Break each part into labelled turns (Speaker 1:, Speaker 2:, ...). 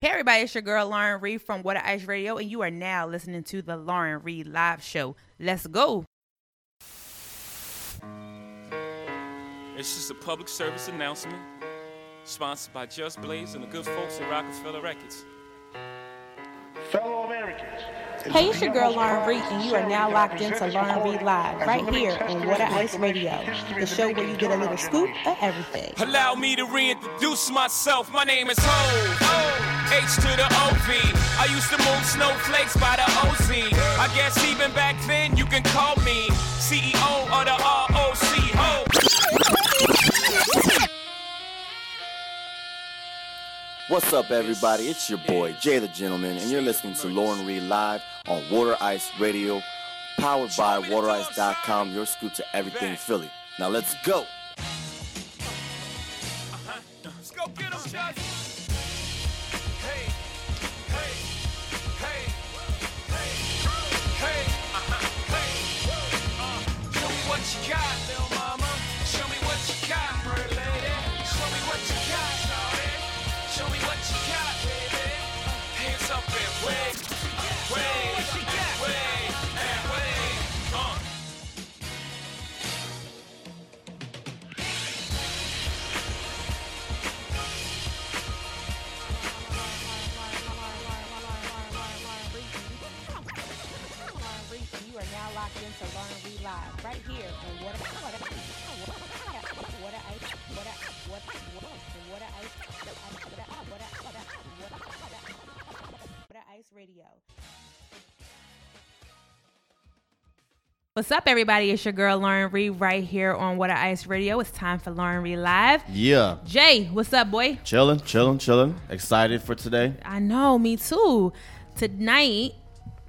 Speaker 1: Hey everybody, it's your girl Lauren Reed from What Ice Radio, and you are now listening to the Lauren Reed Live Show. Let's go.
Speaker 2: It's just a public service announcement sponsored by Just Blaze and the good folks at Rockefeller Records.
Speaker 3: Fellow Americans.
Speaker 1: Hey, it's your girl Lauren Reed, and you are now locked into Lauren Reed Live right here on What Ice Radio, the show where you get a little scoop of everything.
Speaker 2: Allow me to reintroduce myself. My name is Ho. H to the OV. I used to move snowflakes by the OZ. I guess even back then you can call me CEO of the ROC. Ho.
Speaker 4: What's up, everybody? It's your boy, Jay the Gentleman, and you're listening to Lauren Reed Live on Water Ice Radio, powered by WaterIce.com, your scoop to everything Philly. Now let's go.
Speaker 2: Let's go get 'em, Judge. Hey, hey, hey, hey, hey, uh-huh, hey, uh, show me what you got, little mama. Show me what you got, pretty lady. Show me what you got, shawty. Show me what you got, baby. Hands up and wave, wave, wave, and wave. Uh.
Speaker 1: You are now locked into Lauren Reed Live right here on What Ice, What What What Ice Radio. What's up, everybody? It's your girl Lauren Reed right here on What Ice Radio. It's time for Lauren Reed Live.
Speaker 4: Yeah.
Speaker 1: Jay, what's up, boy?
Speaker 4: Chilling, chilling, chilling. Excited for today.
Speaker 1: I know, me too. Tonight,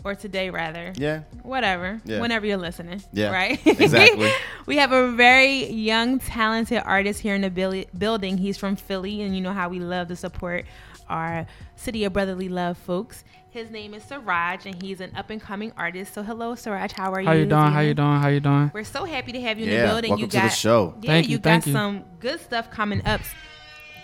Speaker 1: or today rather.
Speaker 4: Yeah.
Speaker 1: Whatever.
Speaker 4: Yeah.
Speaker 1: Whenever you're listening.
Speaker 4: Yeah,
Speaker 1: Right?
Speaker 4: exactly.
Speaker 1: we have a very young, talented artist here in the buil- building. He's from Philly, and you know how we love to support our city of brotherly love folks. His name is Siraj, and he's an up and coming artist. So, hello, Siraj. How are
Speaker 5: How
Speaker 1: you?
Speaker 5: you
Speaker 1: this
Speaker 5: doing? How you
Speaker 1: evening?
Speaker 5: doing? How you doing?
Speaker 1: We're so happy to have you in
Speaker 4: Yeah,
Speaker 1: the building.
Speaker 4: welcome
Speaker 1: you
Speaker 4: to the
Speaker 1: got,
Speaker 4: show.
Speaker 1: Yeah,
Speaker 5: Thank
Speaker 1: you,
Speaker 5: you,
Speaker 1: got
Speaker 5: thank you.
Speaker 1: some good stuff coming up.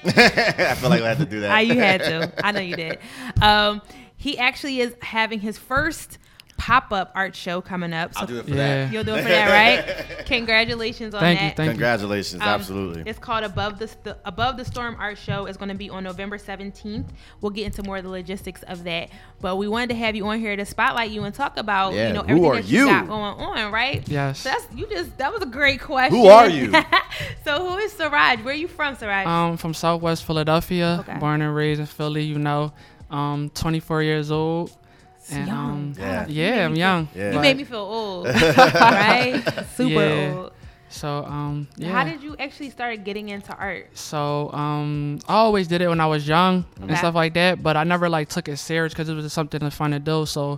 Speaker 4: I feel like I had to do that.
Speaker 1: Ah, you had to. I know you did. Um, he actually is having his first pop up art show coming up. So
Speaker 4: I'll do it for
Speaker 5: Yeah.
Speaker 4: that.
Speaker 1: You'll do it for that, right? Congratulations on
Speaker 5: Thank
Speaker 1: that.
Speaker 5: you, thank
Speaker 4: Congratulations,
Speaker 1: Um,
Speaker 4: absolutely.
Speaker 1: It's called Above the, St- Above the Storm Art Show. It's going to be on November 17th. We'll get into more of the logistics of that. But we wanted to have you on here to spotlight you and talk about,
Speaker 4: Yeah,
Speaker 1: you know,
Speaker 4: who
Speaker 1: everything
Speaker 4: are
Speaker 1: that you,
Speaker 4: you?
Speaker 1: got going on, right?
Speaker 5: Yes.
Speaker 1: So that's, you just, that was a great question.
Speaker 4: Who are you?
Speaker 1: so who is Siraj? Where are you from, Siraj?
Speaker 5: Um, from Southwest Philadelphia,
Speaker 1: Okay.
Speaker 5: born and raised in Philly. You know, um, 24 years old. And,
Speaker 1: young.
Speaker 5: Um,
Speaker 4: Yeah.
Speaker 5: yeah, I'm young.
Speaker 4: Yeah.
Speaker 1: you
Speaker 5: but-
Speaker 1: made me feel old, right? Super
Speaker 5: Yeah.
Speaker 1: old.
Speaker 5: So um, yeah.
Speaker 1: How did you actually start getting into art?
Speaker 5: So um, I always did it when I was young
Speaker 1: Okay.
Speaker 5: and stuff like that, but I never like took it serious because it was just something to fun to do. So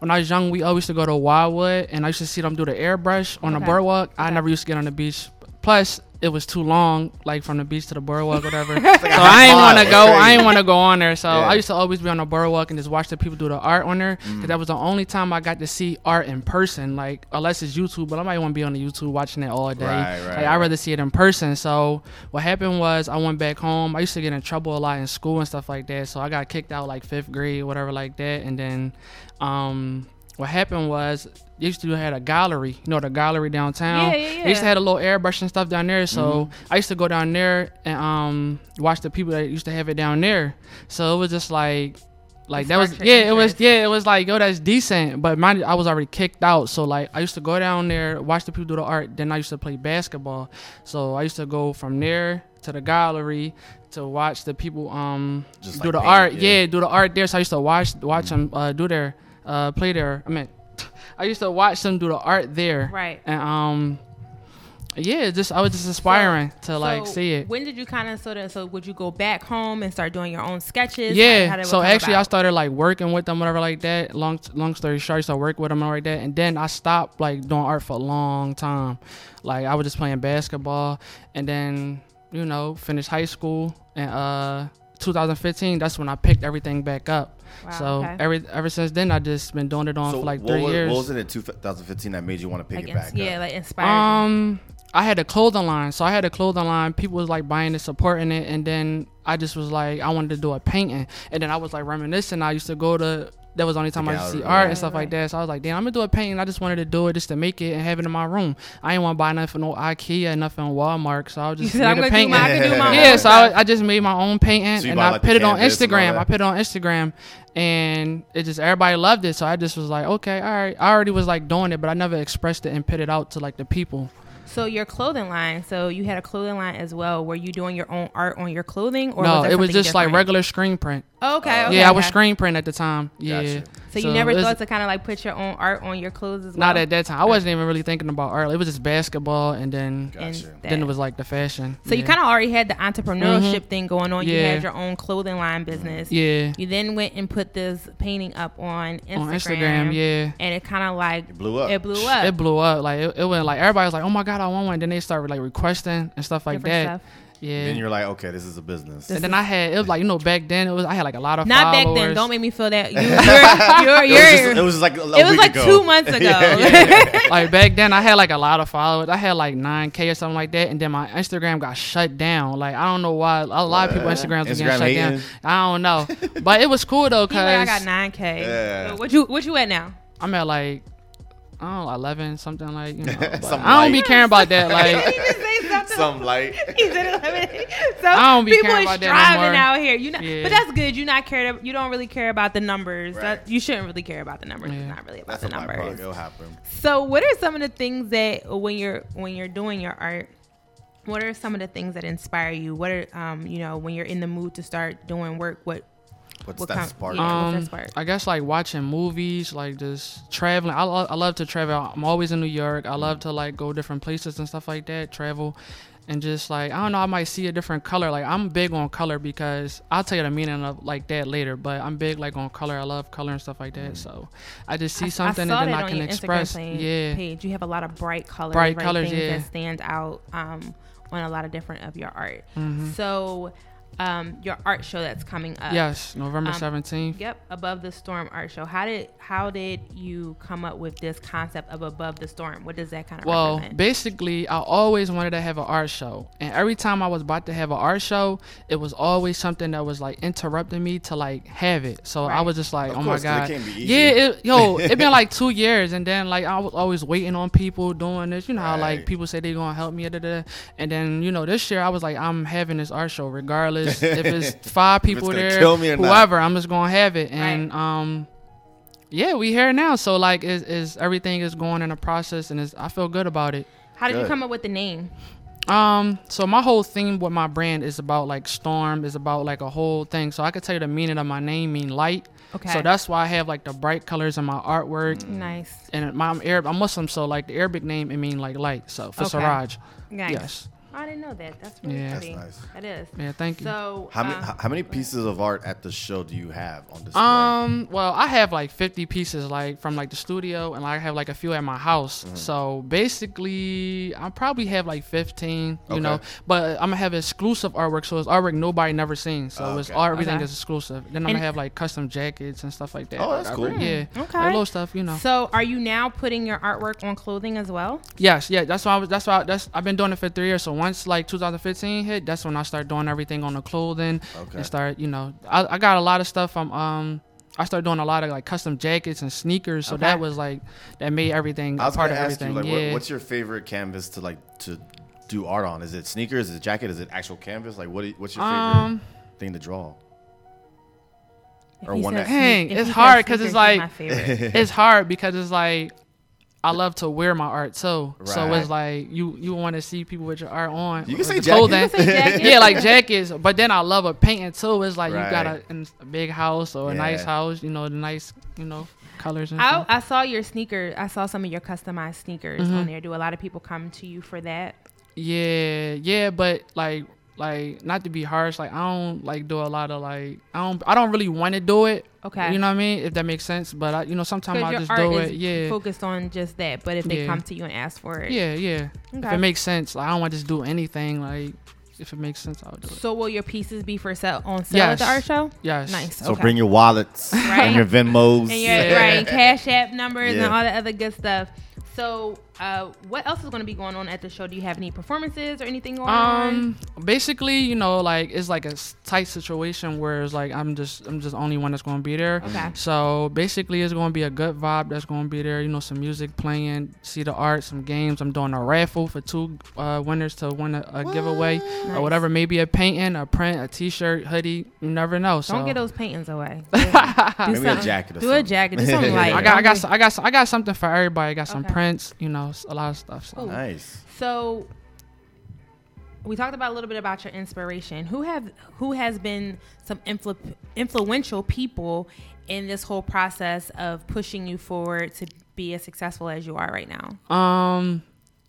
Speaker 5: when I was young, we always used to go to Wildwood, and I used to see them do the airbrush on
Speaker 1: Okay.
Speaker 5: the boardwalk. I
Speaker 1: Okay.
Speaker 5: never used to get on the beach. Plus, it was too long, like from the beach to the boardwalk, whatever. so I ain't want
Speaker 4: mile.
Speaker 5: to go. I ain't want to go on there. So
Speaker 4: Yeah. Mm.
Speaker 5: I used to always be on the boardwalk and just watch the people do the art on there. 'cause that was the only time I got to see art in person, like unless it's YouTube. But I might want to be on the YouTube watching it all day.
Speaker 4: Right, right,
Speaker 5: Like,
Speaker 4: right.
Speaker 5: I rather see it in person. So what happened was I went back home. I used to get in trouble a lot in school and stuff like that. So I got kicked out like fifth grade, whatever like that. And then um, what happened was they used to had a gallery, you know, the gallery downtown.
Speaker 1: Yeah, yeah,
Speaker 5: They used to
Speaker 1: yeah.
Speaker 5: had a little airbrush and stuff down there. So I used to go down there and um, watch the people that used to have it down there. So it was just like. Like
Speaker 1: It
Speaker 5: that was
Speaker 1: sparked your
Speaker 5: yeah, it was
Speaker 1: interest.
Speaker 5: yeah, it was like yo, that's decent. But mind you, I was already kicked out, so like I used to go down there, watch the people do the art. Then I used to play basketball, so I used to go from there to the gallery to watch the people um
Speaker 4: Just,
Speaker 5: do
Speaker 4: like,
Speaker 5: the
Speaker 4: paint,
Speaker 5: art.
Speaker 4: yeah.
Speaker 5: Yeah. do the art there. So I used to watch watch them uh, do their uh play their. I mean, I used to watch them do the art there.
Speaker 1: Right.
Speaker 5: And um, yeah, just I was just aspiring to like
Speaker 1: So,
Speaker 5: see it.
Speaker 1: When did you kind of sort of? So would you go back home and start doing your own sketches? How- how
Speaker 5: Yeah.
Speaker 1: did it
Speaker 5: So
Speaker 1: come
Speaker 5: actually, I
Speaker 1: about?
Speaker 5: started like working with them, whatever, like that. Long, long story short, I started working with them, whatever, like that. And then I stopped like doing art for a long time. Like I was just playing basketball, and then you know finished high school and uh 2015. That's when I picked everything back up.
Speaker 1: Wow,
Speaker 5: so
Speaker 1: okay.
Speaker 5: every ever since then, I just been doing it on
Speaker 4: So
Speaker 5: for like
Speaker 4: what,
Speaker 5: three
Speaker 4: was,
Speaker 5: years.
Speaker 4: what was it in 2015 that made you want to pick
Speaker 1: Like,
Speaker 4: it back
Speaker 1: ins- yeah,
Speaker 4: up?
Speaker 1: like inspired. you.
Speaker 5: Um, I had a clothing line, so I had a clothing line. People was like buying and supporting it, and then I just was like, I wanted to do a painting, and then I was like reminiscing. I used to go to. That was the only time I used to see
Speaker 6: Gallery,
Speaker 5: art
Speaker 6: right.
Speaker 5: and stuff like that. So I was like, damn, I'm gonna do a painting. I just wanted to do it just to make it and have it in my room. I ain't want to buy nothing no IKEA, nothing Walmart. So I was
Speaker 1: You
Speaker 5: just
Speaker 1: said,
Speaker 5: made
Speaker 1: I'm
Speaker 5: a
Speaker 1: gonna do
Speaker 5: painting.
Speaker 1: my, I can do my
Speaker 5: Yeah,
Speaker 1: own
Speaker 5: so
Speaker 1: stuff.
Speaker 5: I, I just made my own painting
Speaker 6: So you
Speaker 5: and
Speaker 6: buy,
Speaker 5: I
Speaker 6: like, the
Speaker 5: put it on
Speaker 6: canvas and all
Speaker 5: Instagram.
Speaker 6: that?
Speaker 5: I put it on Instagram and it just everybody loved it. So I just was like, okay, all right. I already was like doing it, but I never expressed it and put it out to like the people.
Speaker 1: So your clothing line. So you had a clothing line as well. Were you doing your own art on your clothing, or
Speaker 5: no,
Speaker 1: was that
Speaker 5: it was
Speaker 1: something
Speaker 5: just like
Speaker 1: different?
Speaker 5: regular screen print.
Speaker 1: Okay, okay.
Speaker 5: yeah, I was
Speaker 1: okay.
Speaker 5: screen print at the time. Yeah.
Speaker 6: Gotcha.
Speaker 1: So, you never
Speaker 5: it was-
Speaker 1: thought to kind of like put your own art on your clothes as well.
Speaker 5: Not at that time. I wasn't even really thinking about art. It was just basketball and
Speaker 1: And
Speaker 5: then
Speaker 6: Gotcha.
Speaker 1: that.
Speaker 5: then it was like the fashion.
Speaker 1: So you
Speaker 5: Yeah. Mm-hmm.
Speaker 1: kind of already had the entrepreneurship thing going on. You
Speaker 5: Yeah.
Speaker 1: had your own clothing line business.
Speaker 5: Yeah.
Speaker 1: You then went and put this painting up on Instagram.
Speaker 5: On Instagram, yeah.
Speaker 1: And it kind of like it
Speaker 6: blew up.
Speaker 1: It blew up.
Speaker 5: It blew up. Like it, it went like everybody was like, "Oh my god, I want one." Then they started like requesting and stuff like
Speaker 1: Different
Speaker 5: that.
Speaker 1: stuff.
Speaker 5: Yeah.
Speaker 6: Then you're like, okay, this is a business.
Speaker 5: and then I had it was like you know back then it was I had like a lot of
Speaker 1: Not back
Speaker 5: followers.
Speaker 1: then. Don't make me feel that. You, you're,
Speaker 6: it, was
Speaker 1: you're,
Speaker 6: just,
Speaker 1: you're,
Speaker 6: it was like a, a
Speaker 1: it was
Speaker 6: week
Speaker 1: like
Speaker 6: ago.
Speaker 1: two months ago.
Speaker 5: like back then I had like a lot of followers. I had like 9k or something like that and then my Instagram got shut down. Like I don't know why a lot of people Instagrams were getting
Speaker 6: Uh, Instagram
Speaker 5: shut
Speaker 6: hating?
Speaker 5: down. I don't know. But it was cool though
Speaker 1: He like, I
Speaker 5: cuz
Speaker 1: got nine k.
Speaker 6: Yeah.
Speaker 1: What you what you at now?
Speaker 5: I'm at like I don't know, 11 something like you know. but
Speaker 6: Something
Speaker 5: I
Speaker 6: light.
Speaker 5: don't be caring about that like
Speaker 1: Say something.
Speaker 6: Some light.
Speaker 1: He said it like that. so
Speaker 5: I don't be
Speaker 1: people
Speaker 5: caring
Speaker 1: are
Speaker 5: about
Speaker 1: striving
Speaker 5: that no more.
Speaker 1: out here. You know,
Speaker 5: Yeah.
Speaker 1: but that's good. You not care. You don't really care about the numbers. That, you shouldn't really care about the numbers. It's
Speaker 5: Yeah.
Speaker 1: not really about
Speaker 6: That's a
Speaker 1: the
Speaker 6: byproduct.
Speaker 1: numbers.
Speaker 6: It'll happen.
Speaker 1: So, what are some of the things that when you're when you're doing your art? What are some of the things that inspire you? What are um you know when you're in the mood to start doing work? What
Speaker 6: What's
Speaker 1: What
Speaker 6: that
Speaker 1: kind-
Speaker 6: spark?
Speaker 1: yeah.
Speaker 5: Um,
Speaker 1: That's part.
Speaker 5: I guess like watching movies, like just traveling. I, lo- I love to travel. I'm always in New York. I love to like go different places and stuff like that. Travel, and just like I don't know, I might see a different color. Like I'm big on color because I'll tell you the meaning of like that later. But I'm big like on color. I love color and stuff like that. So I just see something
Speaker 1: Mm. saw
Speaker 5: and then
Speaker 1: that
Speaker 5: I
Speaker 1: on
Speaker 5: can
Speaker 1: your Instagram
Speaker 5: express.
Speaker 1: page-
Speaker 5: Yeah,
Speaker 1: page. You have a lot of bright colors,
Speaker 5: Bright
Speaker 1: right,
Speaker 5: colors,
Speaker 1: things
Speaker 5: yeah.
Speaker 1: that stand out um, on a lot of different of your art.
Speaker 5: Mm-hmm.
Speaker 1: So, um, your art show that's coming up.
Speaker 5: yes, November
Speaker 1: Um,
Speaker 5: seventeenth.
Speaker 1: Yep, above the storm art show. How did how did you come up with this concept of above the storm? What does that kind of
Speaker 5: well
Speaker 1: represent?
Speaker 5: basically i always wanted to have an art show and every time i was about to have an art show it was always something that was like interrupting me to like have it so i
Speaker 1: Right.
Speaker 5: was just like
Speaker 6: Of
Speaker 5: oh
Speaker 6: course, 'cause it
Speaker 5: my god
Speaker 6: can't be easy.
Speaker 5: yeah it, yo it been like two years and then like i was always waiting on people doing this you know how
Speaker 6: Right.
Speaker 5: like people say they gonna help me da, da, da. and then you know this year i was like i'm having this art show regardless if it's five people
Speaker 6: gonna
Speaker 5: there
Speaker 6: kill me or not.
Speaker 5: whoever i'm just gonna have it and um yeah, we here now. So like, is is everything is going in a process, and is I feel good about it.
Speaker 1: how did you
Speaker 6: Good.
Speaker 1: come up with the name?
Speaker 5: Um, so my whole theme with my brand is about like storm, is about like a whole thing. So I could tell you the meaning of my name mean light.
Speaker 1: Okay. Mm.
Speaker 5: So that's why I have like the bright colors in my artwork.
Speaker 1: Nice.
Speaker 5: And my, I'm Arab, I'm Muslim, so like the Arabic name it mean like light. So for
Speaker 1: Okay.
Speaker 5: Siraj.
Speaker 1: Nice.
Speaker 5: Yes.
Speaker 1: Oh, I didn't know that. That's really
Speaker 5: Yeah. That's
Speaker 1: pretty.
Speaker 6: nice.
Speaker 1: That is.
Speaker 5: Yeah, thank you.
Speaker 1: So
Speaker 6: How many
Speaker 1: um,
Speaker 6: how- how many pieces of art at the show do you have on display?
Speaker 5: Um. Well, I have like 50 pieces, like from like the studio, and I have like a few at my house.
Speaker 6: Mm-hmm.
Speaker 5: So basically, I probably have like 15. You
Speaker 6: Okay.
Speaker 5: know, but I'm gonna have exclusive artwork, so it's artwork nobody never seen. So it's
Speaker 6: Ah, Okay.
Speaker 5: all everything
Speaker 1: Okay.
Speaker 5: is exclusive. Then I'm
Speaker 1: And-
Speaker 5: gonna have like custom jackets and stuff like that.
Speaker 6: Oh, that's
Speaker 5: Like, I
Speaker 6: cool.
Speaker 5: bring- Yeah.
Speaker 1: Okay.
Speaker 5: Like, little stuff, you know.
Speaker 1: so are you now putting your artwork on clothing as well?
Speaker 5: yes. Yeah. That's why. I was, that's why. that's I've been doing it for three years. So once like 2015 hit, that's when I start doing everything on the clothing.
Speaker 6: Okay.
Speaker 5: And start, you know, I, I got a lot of stuff from um. I started doing a lot of like custom jackets and sneakers, so that
Speaker 1: Okay.
Speaker 5: was like that made everything
Speaker 6: I
Speaker 5: a
Speaker 6: was
Speaker 5: part
Speaker 6: gonna
Speaker 5: of
Speaker 6: ask you,
Speaker 5: everything.
Speaker 6: like, what-
Speaker 5: yeah.
Speaker 6: what's your favorite canvas to like to do art on? Is it sneakers? Is it jacket? Is it actual canvas? Like, what? do you- What's your favorite
Speaker 5: Um,
Speaker 6: thing to draw?
Speaker 1: If
Speaker 6: Or
Speaker 1: he
Speaker 6: one
Speaker 1: says
Speaker 6: that-
Speaker 1: sneak-
Speaker 5: Dang,
Speaker 1: if
Speaker 5: it's
Speaker 1: he says
Speaker 5: hard 'cause
Speaker 1: sneakers,
Speaker 5: it's
Speaker 1: he's my
Speaker 5: like-
Speaker 1: favorite.
Speaker 5: it's hard because it's like I love to wear my art too, so
Speaker 6: Right.
Speaker 5: it's like you you want to see people with your art on.
Speaker 6: You can
Speaker 5: with
Speaker 6: say
Speaker 5: the
Speaker 6: jacket.
Speaker 5: clothing.
Speaker 6: You
Speaker 1: can say jacket.
Speaker 5: yeah, like jackets. But then I love a painting too. It's like you got
Speaker 6: Right.
Speaker 5: a, in a big house or a nice
Speaker 6: Yeah.
Speaker 5: house, you know, the nice you know colors and
Speaker 1: I,
Speaker 5: stuff.
Speaker 1: I saw your sneaker. I saw some of your customized sneakers on
Speaker 5: Mm-hmm.
Speaker 1: there. Do a lot of people come to you for that?
Speaker 5: Yeah, yeah, but like like not to be harsh, like I don't like do a lot of like I don't I don't really want to do it.
Speaker 1: Okay.
Speaker 5: You know what I mean? If that makes sense. But I you know sometimes
Speaker 1: Because
Speaker 5: I
Speaker 1: your
Speaker 5: just
Speaker 1: art
Speaker 5: do
Speaker 1: is
Speaker 5: it. Yeah.
Speaker 1: focused on just that. But if they
Speaker 5: Yeah.
Speaker 1: come to you and ask for it,
Speaker 5: Yeah, yeah. If
Speaker 1: Okay.
Speaker 5: it makes sense. Like I don't want to just do anything like if it makes sense I'll do it.
Speaker 1: So will your pieces be for sale on sale at the
Speaker 5: Yes.
Speaker 1: art show?
Speaker 5: Yes.
Speaker 1: Nice.
Speaker 6: So
Speaker 1: okay.
Speaker 6: bring your wallets
Speaker 1: Right.
Speaker 6: and your
Speaker 1: and
Speaker 6: Venmos.
Speaker 1: your right, cash app numbers
Speaker 6: Yeah.
Speaker 1: and all the other good stuff. So Uh, what else is going to be going on at the show? Do you have any performances or anything going on?
Speaker 5: Um, basically, you know, like it's like a s- tight situation where it's like I'm just I'm just only one that's gonna be there.
Speaker 1: Okay.
Speaker 5: So basically, it's gonna be a good vibe that's gonna be there. You know, some music playing, see the art, some games. I'm doing a raffle for two uh, winners to win a, a giveaway
Speaker 1: Nice.
Speaker 5: or whatever. Maybe a painting, a print, a T-shirt, hoodie. You never know. So
Speaker 1: Don't get those paintings away.
Speaker 6: Maybe a jacket or
Speaker 1: Do a
Speaker 6: something.
Speaker 1: jacket. Do something light.
Speaker 5: I got, I
Speaker 1: Don't
Speaker 5: got,
Speaker 1: be-
Speaker 5: s- I got, s- I got something for everybody. I got some
Speaker 1: Okay.
Speaker 5: prints, you know, s- a lot of stuff. So.
Speaker 1: Cool.
Speaker 6: Nice.
Speaker 1: So we talked about a little bit about your inspiration. Who have who has been some influ- influential people in this whole process of pushing you forward to be as successful as you are right now?
Speaker 5: Um,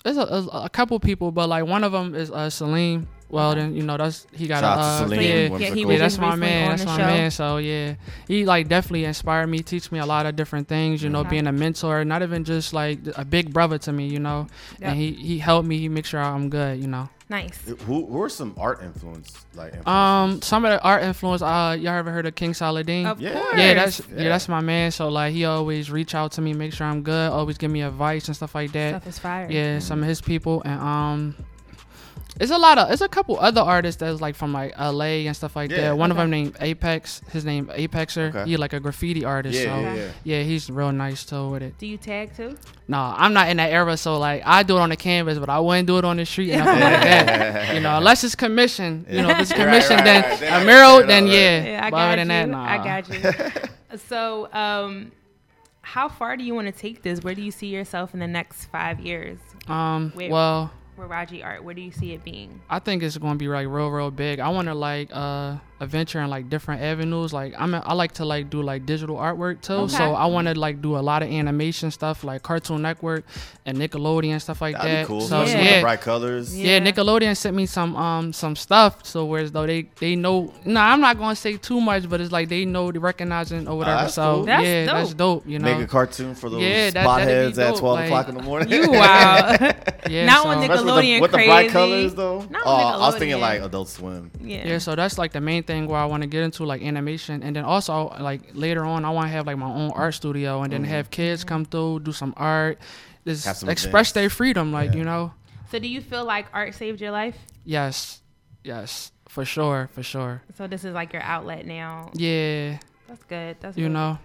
Speaker 5: there's a, a, a couple people, but like one of them is uh, Salim. Well, then you know that's he got
Speaker 6: Shout
Speaker 5: a,
Speaker 6: out to
Speaker 5: uh,
Speaker 6: Salim,
Speaker 5: yeah,
Speaker 6: one of
Speaker 1: yeah,
Speaker 6: the
Speaker 1: he was
Speaker 5: yeah,
Speaker 6: coolest.
Speaker 5: that's
Speaker 1: just
Speaker 5: my
Speaker 1: recently
Speaker 5: man.
Speaker 1: on
Speaker 5: That's
Speaker 1: the
Speaker 5: my
Speaker 1: show.
Speaker 5: man. So yeah, he like definitely inspired me, teach me a lot of different things. You know, being a mentor, not even just like a big brother to me. You know,
Speaker 1: Yep.
Speaker 5: and he he helped me. He make sure I'm good. You know.
Speaker 1: Nice.
Speaker 6: Who, who are some art influence like? Influences?
Speaker 5: Um, some of the art influence. Uh, y'all ever heard of King Saladin?
Speaker 1: Of
Speaker 6: Yeah.
Speaker 1: course.
Speaker 5: Yeah, that's yeah.
Speaker 6: Yeah.
Speaker 5: that's my man. So like he always reach out to me, make sure I'm good, always give me advice and stuff like that.
Speaker 1: Stuff is fire.
Speaker 5: Yeah, some of his people and um it's a lot of it's a couple other artists that's like from like LA and stuff like
Speaker 6: Yeah.
Speaker 5: that. One of them named Apex, his name Apexer.
Speaker 6: Okay.
Speaker 5: He like a graffiti artist.
Speaker 6: Yeah,
Speaker 5: so
Speaker 6: yeah, yeah.
Speaker 5: he's real nice too with it.
Speaker 1: Do you tag too?
Speaker 5: Nah, I'm not in that era, so like I do it on the canvas, but I wouldn't do it on the street and nothing like that. You know, unless it's commission. You know, if it's
Speaker 6: Right,
Speaker 5: commission,
Speaker 6: right,
Speaker 5: then
Speaker 6: right.
Speaker 5: a
Speaker 6: Then I
Speaker 5: mural,
Speaker 6: get it,
Speaker 5: then
Speaker 6: all right.
Speaker 5: yeah.
Speaker 1: Yeah, I
Speaker 5: But
Speaker 1: got
Speaker 5: other
Speaker 1: you.
Speaker 5: than that, nah.
Speaker 1: I got you. so, um, how far do you want to take this? Where do you see yourself in the next five years?
Speaker 5: Um,
Speaker 1: Wait.
Speaker 5: well,
Speaker 1: With Raji Art, where do you see it being?
Speaker 5: I think it's gonna be like real, real big. I want to like uh adventure in like different avenues. Like I'm, a, I like to like do like digital artwork too.
Speaker 1: Okay.
Speaker 5: So I want to like do a lot of animation stuff, like Cartoon Network and Nickelodeon stuff like
Speaker 6: That'd
Speaker 5: that.
Speaker 6: be cool. Some
Speaker 5: So
Speaker 1: Yeah.
Speaker 6: of the
Speaker 5: yeah,
Speaker 6: bright colors.
Speaker 5: yeah,
Speaker 1: Yeah.
Speaker 5: Nickelodeon sent me some um some stuff. So whereas though they they know, no, I'm not gonna say too much, but it's like they know, they recognizing or whatever.
Speaker 6: Oh, that's
Speaker 5: so
Speaker 6: cool.
Speaker 1: That's
Speaker 5: yeah, that's dope. You know,
Speaker 6: Make a cartoon for those
Speaker 5: Yeah, that- that'd
Speaker 6: spotheads
Speaker 5: be
Speaker 6: at
Speaker 5: dope,
Speaker 6: 12
Speaker 5: like-
Speaker 6: o'clock in the morning.
Speaker 1: You wow.
Speaker 5: yeah,
Speaker 1: Not
Speaker 5: so-
Speaker 1: on
Speaker 6: That's with the,
Speaker 1: Nickelodeon
Speaker 6: with the bright
Speaker 1: crazy.
Speaker 6: colors though.
Speaker 1: Not
Speaker 6: oh, I was
Speaker 1: Nickelodeon.
Speaker 6: thinking like Adult Swim.
Speaker 1: Yeah.
Speaker 5: Yeah, so that's like the main thing where I want to get into like animation, and then also like later on, I want to have like my own art studio, and then have kids come through, do some art,
Speaker 6: Mm-hmm. Have
Speaker 5: just
Speaker 6: some
Speaker 5: express
Speaker 6: events.
Speaker 5: their freedom, like you know.
Speaker 1: So do you feel like art saved your life?
Speaker 5: Yes, yes, for sure, for sure.
Speaker 1: So this is like your outlet now.
Speaker 5: Yeah,
Speaker 1: That's good. That's
Speaker 5: you
Speaker 1: good.
Speaker 5: know.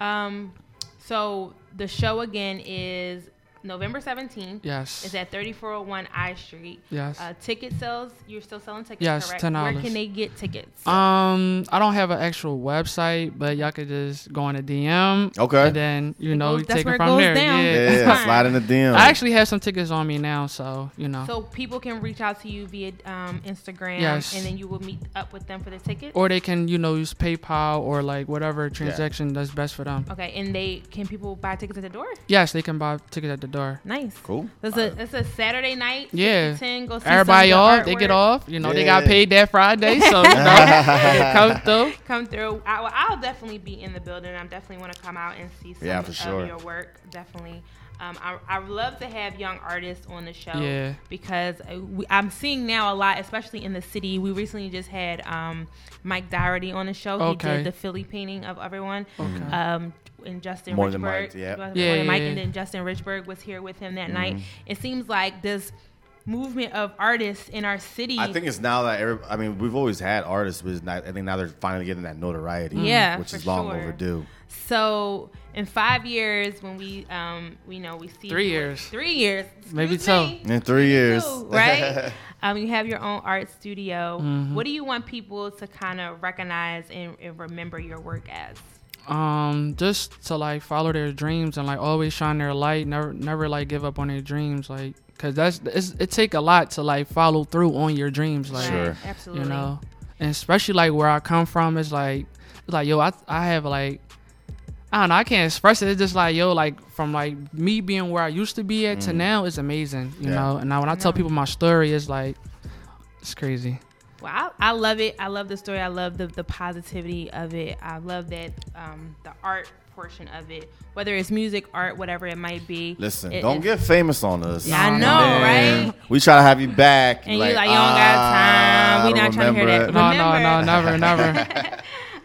Speaker 1: Um, so the show again is November seventeenth.
Speaker 5: Yes.
Speaker 1: It's at thirty four hundred one I Street.
Speaker 5: Yes.
Speaker 1: Uh, ticket sales. You're still selling tickets.
Speaker 5: Yes,
Speaker 1: correct?
Speaker 5: $10.
Speaker 1: Where can they get tickets?
Speaker 5: Um, I don't have an actual website, but y'all could just go on a DM.
Speaker 6: Okay.
Speaker 5: And then you know
Speaker 1: goes-
Speaker 5: you
Speaker 1: that's
Speaker 5: take
Speaker 1: where
Speaker 5: it
Speaker 1: it
Speaker 5: from
Speaker 1: goes
Speaker 5: there.
Speaker 1: down.
Speaker 5: Yeah.
Speaker 1: It's
Speaker 6: Yeah,
Speaker 1: fine.
Speaker 6: slide in the DM.
Speaker 5: I actually have some tickets on me now, so you know.
Speaker 1: so people can reach out to you via um, Instagram,
Speaker 5: Yes.
Speaker 1: and then you will meet up with them for the tickets.
Speaker 5: or they can you know use PayPal or like whatever transaction that's best for them.
Speaker 1: okay, and they can people buy tickets at the door?
Speaker 5: Yes, they can buy tickets at the door.
Speaker 1: Nice.
Speaker 6: Cool.
Speaker 1: That's a it's a Saturday night.
Speaker 5: Yeah.
Speaker 1: 6 to Ten. Go see some of
Speaker 5: Everybody
Speaker 1: your
Speaker 5: off, they
Speaker 1: artwork.
Speaker 5: get off. You know, they got
Speaker 6: Yeah.
Speaker 5: paid that Friday, so you know, come through.
Speaker 1: come through. I, well, I'll definitely be in the building. I definitely want to come out and see some
Speaker 6: Yeah, for
Speaker 1: of
Speaker 6: sure.
Speaker 1: your work. Definitely. Um, I, I love to have young artists on the show
Speaker 5: Yeah.
Speaker 1: because uh, we, I'm seeing now a lot, especially in the city. We recently just had um, Mike Dougherty on the show. He
Speaker 5: Okay.
Speaker 1: did the Philly painting of everyone. Um, and Justin
Speaker 6: More than
Speaker 1: Richburg,
Speaker 6: Mike, yep.
Speaker 1: More
Speaker 5: Yeah,
Speaker 1: than Mike,
Speaker 5: yeah,
Speaker 1: and
Speaker 5: yeah.
Speaker 1: then Justin Richburg was here with him that night.
Speaker 6: Mm-hmm.
Speaker 1: It seems like this movement of artists in our city.
Speaker 6: I think it's now that every, I mean we've always had artists, but it's not, I think now they're finally getting that notoriety.
Speaker 1: Mm-hmm. Yeah,
Speaker 6: which
Speaker 1: for
Speaker 6: is long
Speaker 1: sure.
Speaker 6: overdue.
Speaker 1: So in five years, when we um we know we see
Speaker 5: Three years.
Speaker 1: three years,
Speaker 5: Maybe
Speaker 1: excuse me,
Speaker 6: In three years,
Speaker 1: two, right? um, you have your own art studio.
Speaker 5: Mm-hmm.
Speaker 1: What do you want people to kind of recognize and, and remember your work as?
Speaker 5: Um, just to like follow their dreams and like always shine their light. Never, never like give up on their dreams, like because that's it's, it take a lot to like follow through on your dreams, like
Speaker 6: Sure.
Speaker 1: Right, absolutely.
Speaker 5: you know and especially like where i come from it's like it's like yo i, I have like I don't know. I can't express it. It's just like yo, like from like me being where I used to be at to now is amazing, you
Speaker 6: Mm. Yeah.
Speaker 5: know. And now when I, tell people my story, it's like it's crazy.
Speaker 1: Well, I, I love it. I love the story. I love the, the positivity of it. I love that um, the art portion of it, whether it's music, art, whatever it might be.
Speaker 6: Listen,
Speaker 1: it
Speaker 6: don't
Speaker 1: is-
Speaker 6: get famous on us.
Speaker 1: I know,
Speaker 6: Man,
Speaker 1: right?
Speaker 6: We try to have you back,
Speaker 1: And you like, you don't got time. We
Speaker 6: "Ah, I
Speaker 1: not
Speaker 6: don't
Speaker 1: trying to hear
Speaker 6: remember
Speaker 1: that.
Speaker 5: No, no, no,
Speaker 1: Remember-
Speaker 5: never, never.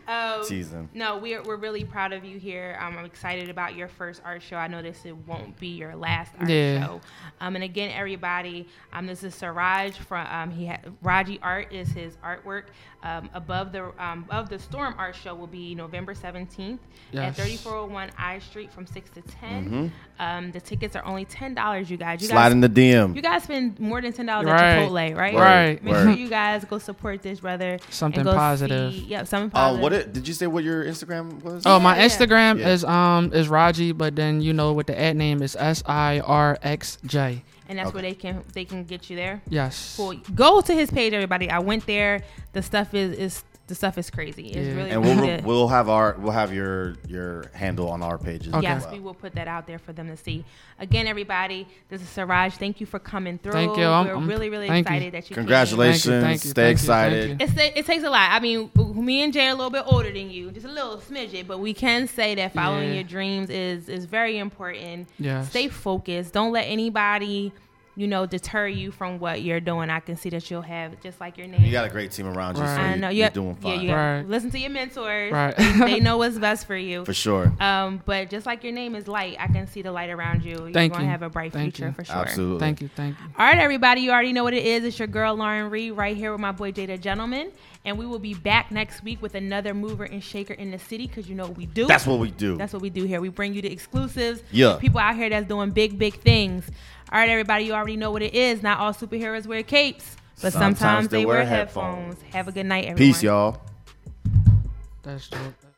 Speaker 1: So
Speaker 6: Teasing.
Speaker 1: no, we're we're really proud of you here. Um, I'm excited about your first art show. I know this it won't be your last art
Speaker 5: Yeah.
Speaker 1: show. Um, and again, everybody, um, this is Siraj from um, he ha- Raji Art is his artwork. Um, above the um, of the Storm Art Show will be November 17th at
Speaker 5: Yes. Mm-hmm.
Speaker 1: 3401 I Street from six to 10 Um, the tickets are only ten dollars, you guys. You
Speaker 6: Slide
Speaker 1: guys,
Speaker 6: in the DM.
Speaker 1: you guys spend more than ten dollars
Speaker 5: Right.
Speaker 1: at Chipotle, right?
Speaker 5: Right.
Speaker 1: Make sure
Speaker 6: Word.
Speaker 1: you guys go support this brother. and
Speaker 5: Something
Speaker 1: go
Speaker 5: positive.
Speaker 1: See, yeah, something
Speaker 6: Uh,
Speaker 1: positive.
Speaker 6: what it, did you say? What your Instagram was?
Speaker 5: Oh, my
Speaker 1: Yeah, yeah.
Speaker 5: Instagram
Speaker 6: Yeah.
Speaker 5: is um is Raji, but then you know with the ad name is S I R X J.
Speaker 1: and that's where they can they can get you there.
Speaker 5: Yes.
Speaker 1: Cool. Go to his page, everybody. I went there. The stuff is is the stuff is crazy. It's
Speaker 5: Yeah.
Speaker 1: really
Speaker 6: and
Speaker 1: really
Speaker 6: we'll
Speaker 1: good.
Speaker 6: we'll have our we'll have your your handle on our pages.
Speaker 5: Okay.
Speaker 1: Yes, we will put that out there for them to see. Again, everybody, this is Siraj. Thank you for coming through.
Speaker 5: Thank you. I'm-
Speaker 1: We're
Speaker 5: I'm-
Speaker 1: really, really
Speaker 5: thank you.
Speaker 1: excited that you came.
Speaker 6: Congratulations!
Speaker 5: Thank you, thank you,
Speaker 6: Stay
Speaker 5: thank you,
Speaker 6: excited.
Speaker 5: thank you.
Speaker 1: It's, it takes a lot. I mean, me and Jay are a little bit older than you, just a little smidget, but we can say that following
Speaker 5: Yeah.
Speaker 1: your dreams is is very important.
Speaker 5: Yes.
Speaker 1: Stay focused. Don't let anybody, you know, deter you from what you're doing. I can see that you'll have just like your name.
Speaker 6: You got a great team around you, so
Speaker 5: Right.
Speaker 1: I
Speaker 6: Oh, you,
Speaker 1: know.
Speaker 6: you're
Speaker 1: Yeah,
Speaker 6: doing
Speaker 1: Yeah,
Speaker 6: fine
Speaker 1: uh, you got
Speaker 5: Right.
Speaker 1: listen to your mentors.
Speaker 5: Right.
Speaker 1: They, they know what's best for you.
Speaker 6: for sure.
Speaker 1: Um, but just like your name is light, I can see the light around you. You're
Speaker 5: Thank
Speaker 1: gonna
Speaker 5: you.
Speaker 1: have a bright
Speaker 5: Thank
Speaker 1: future
Speaker 5: you.
Speaker 1: for sure.
Speaker 6: Absolutely.
Speaker 5: Thank you. Thank you.
Speaker 1: All right, everybody, you already know what it is. It's your girl Lauren Reed right here with my boy Jada Gentleman, and we will be back next week with another mover and shaker in the city because you know what we do.
Speaker 6: That's what we do.
Speaker 1: That's what we do here. We bring you the exclusives.
Speaker 6: Yeah.
Speaker 1: People out here that's doing big, big things. All right, everybody, you already know what it is. Not all superheroes wear capes, but sometimes, they, wear headphones. Have a good night, everyone.
Speaker 6: Peace, y'all.
Speaker 5: That's dope.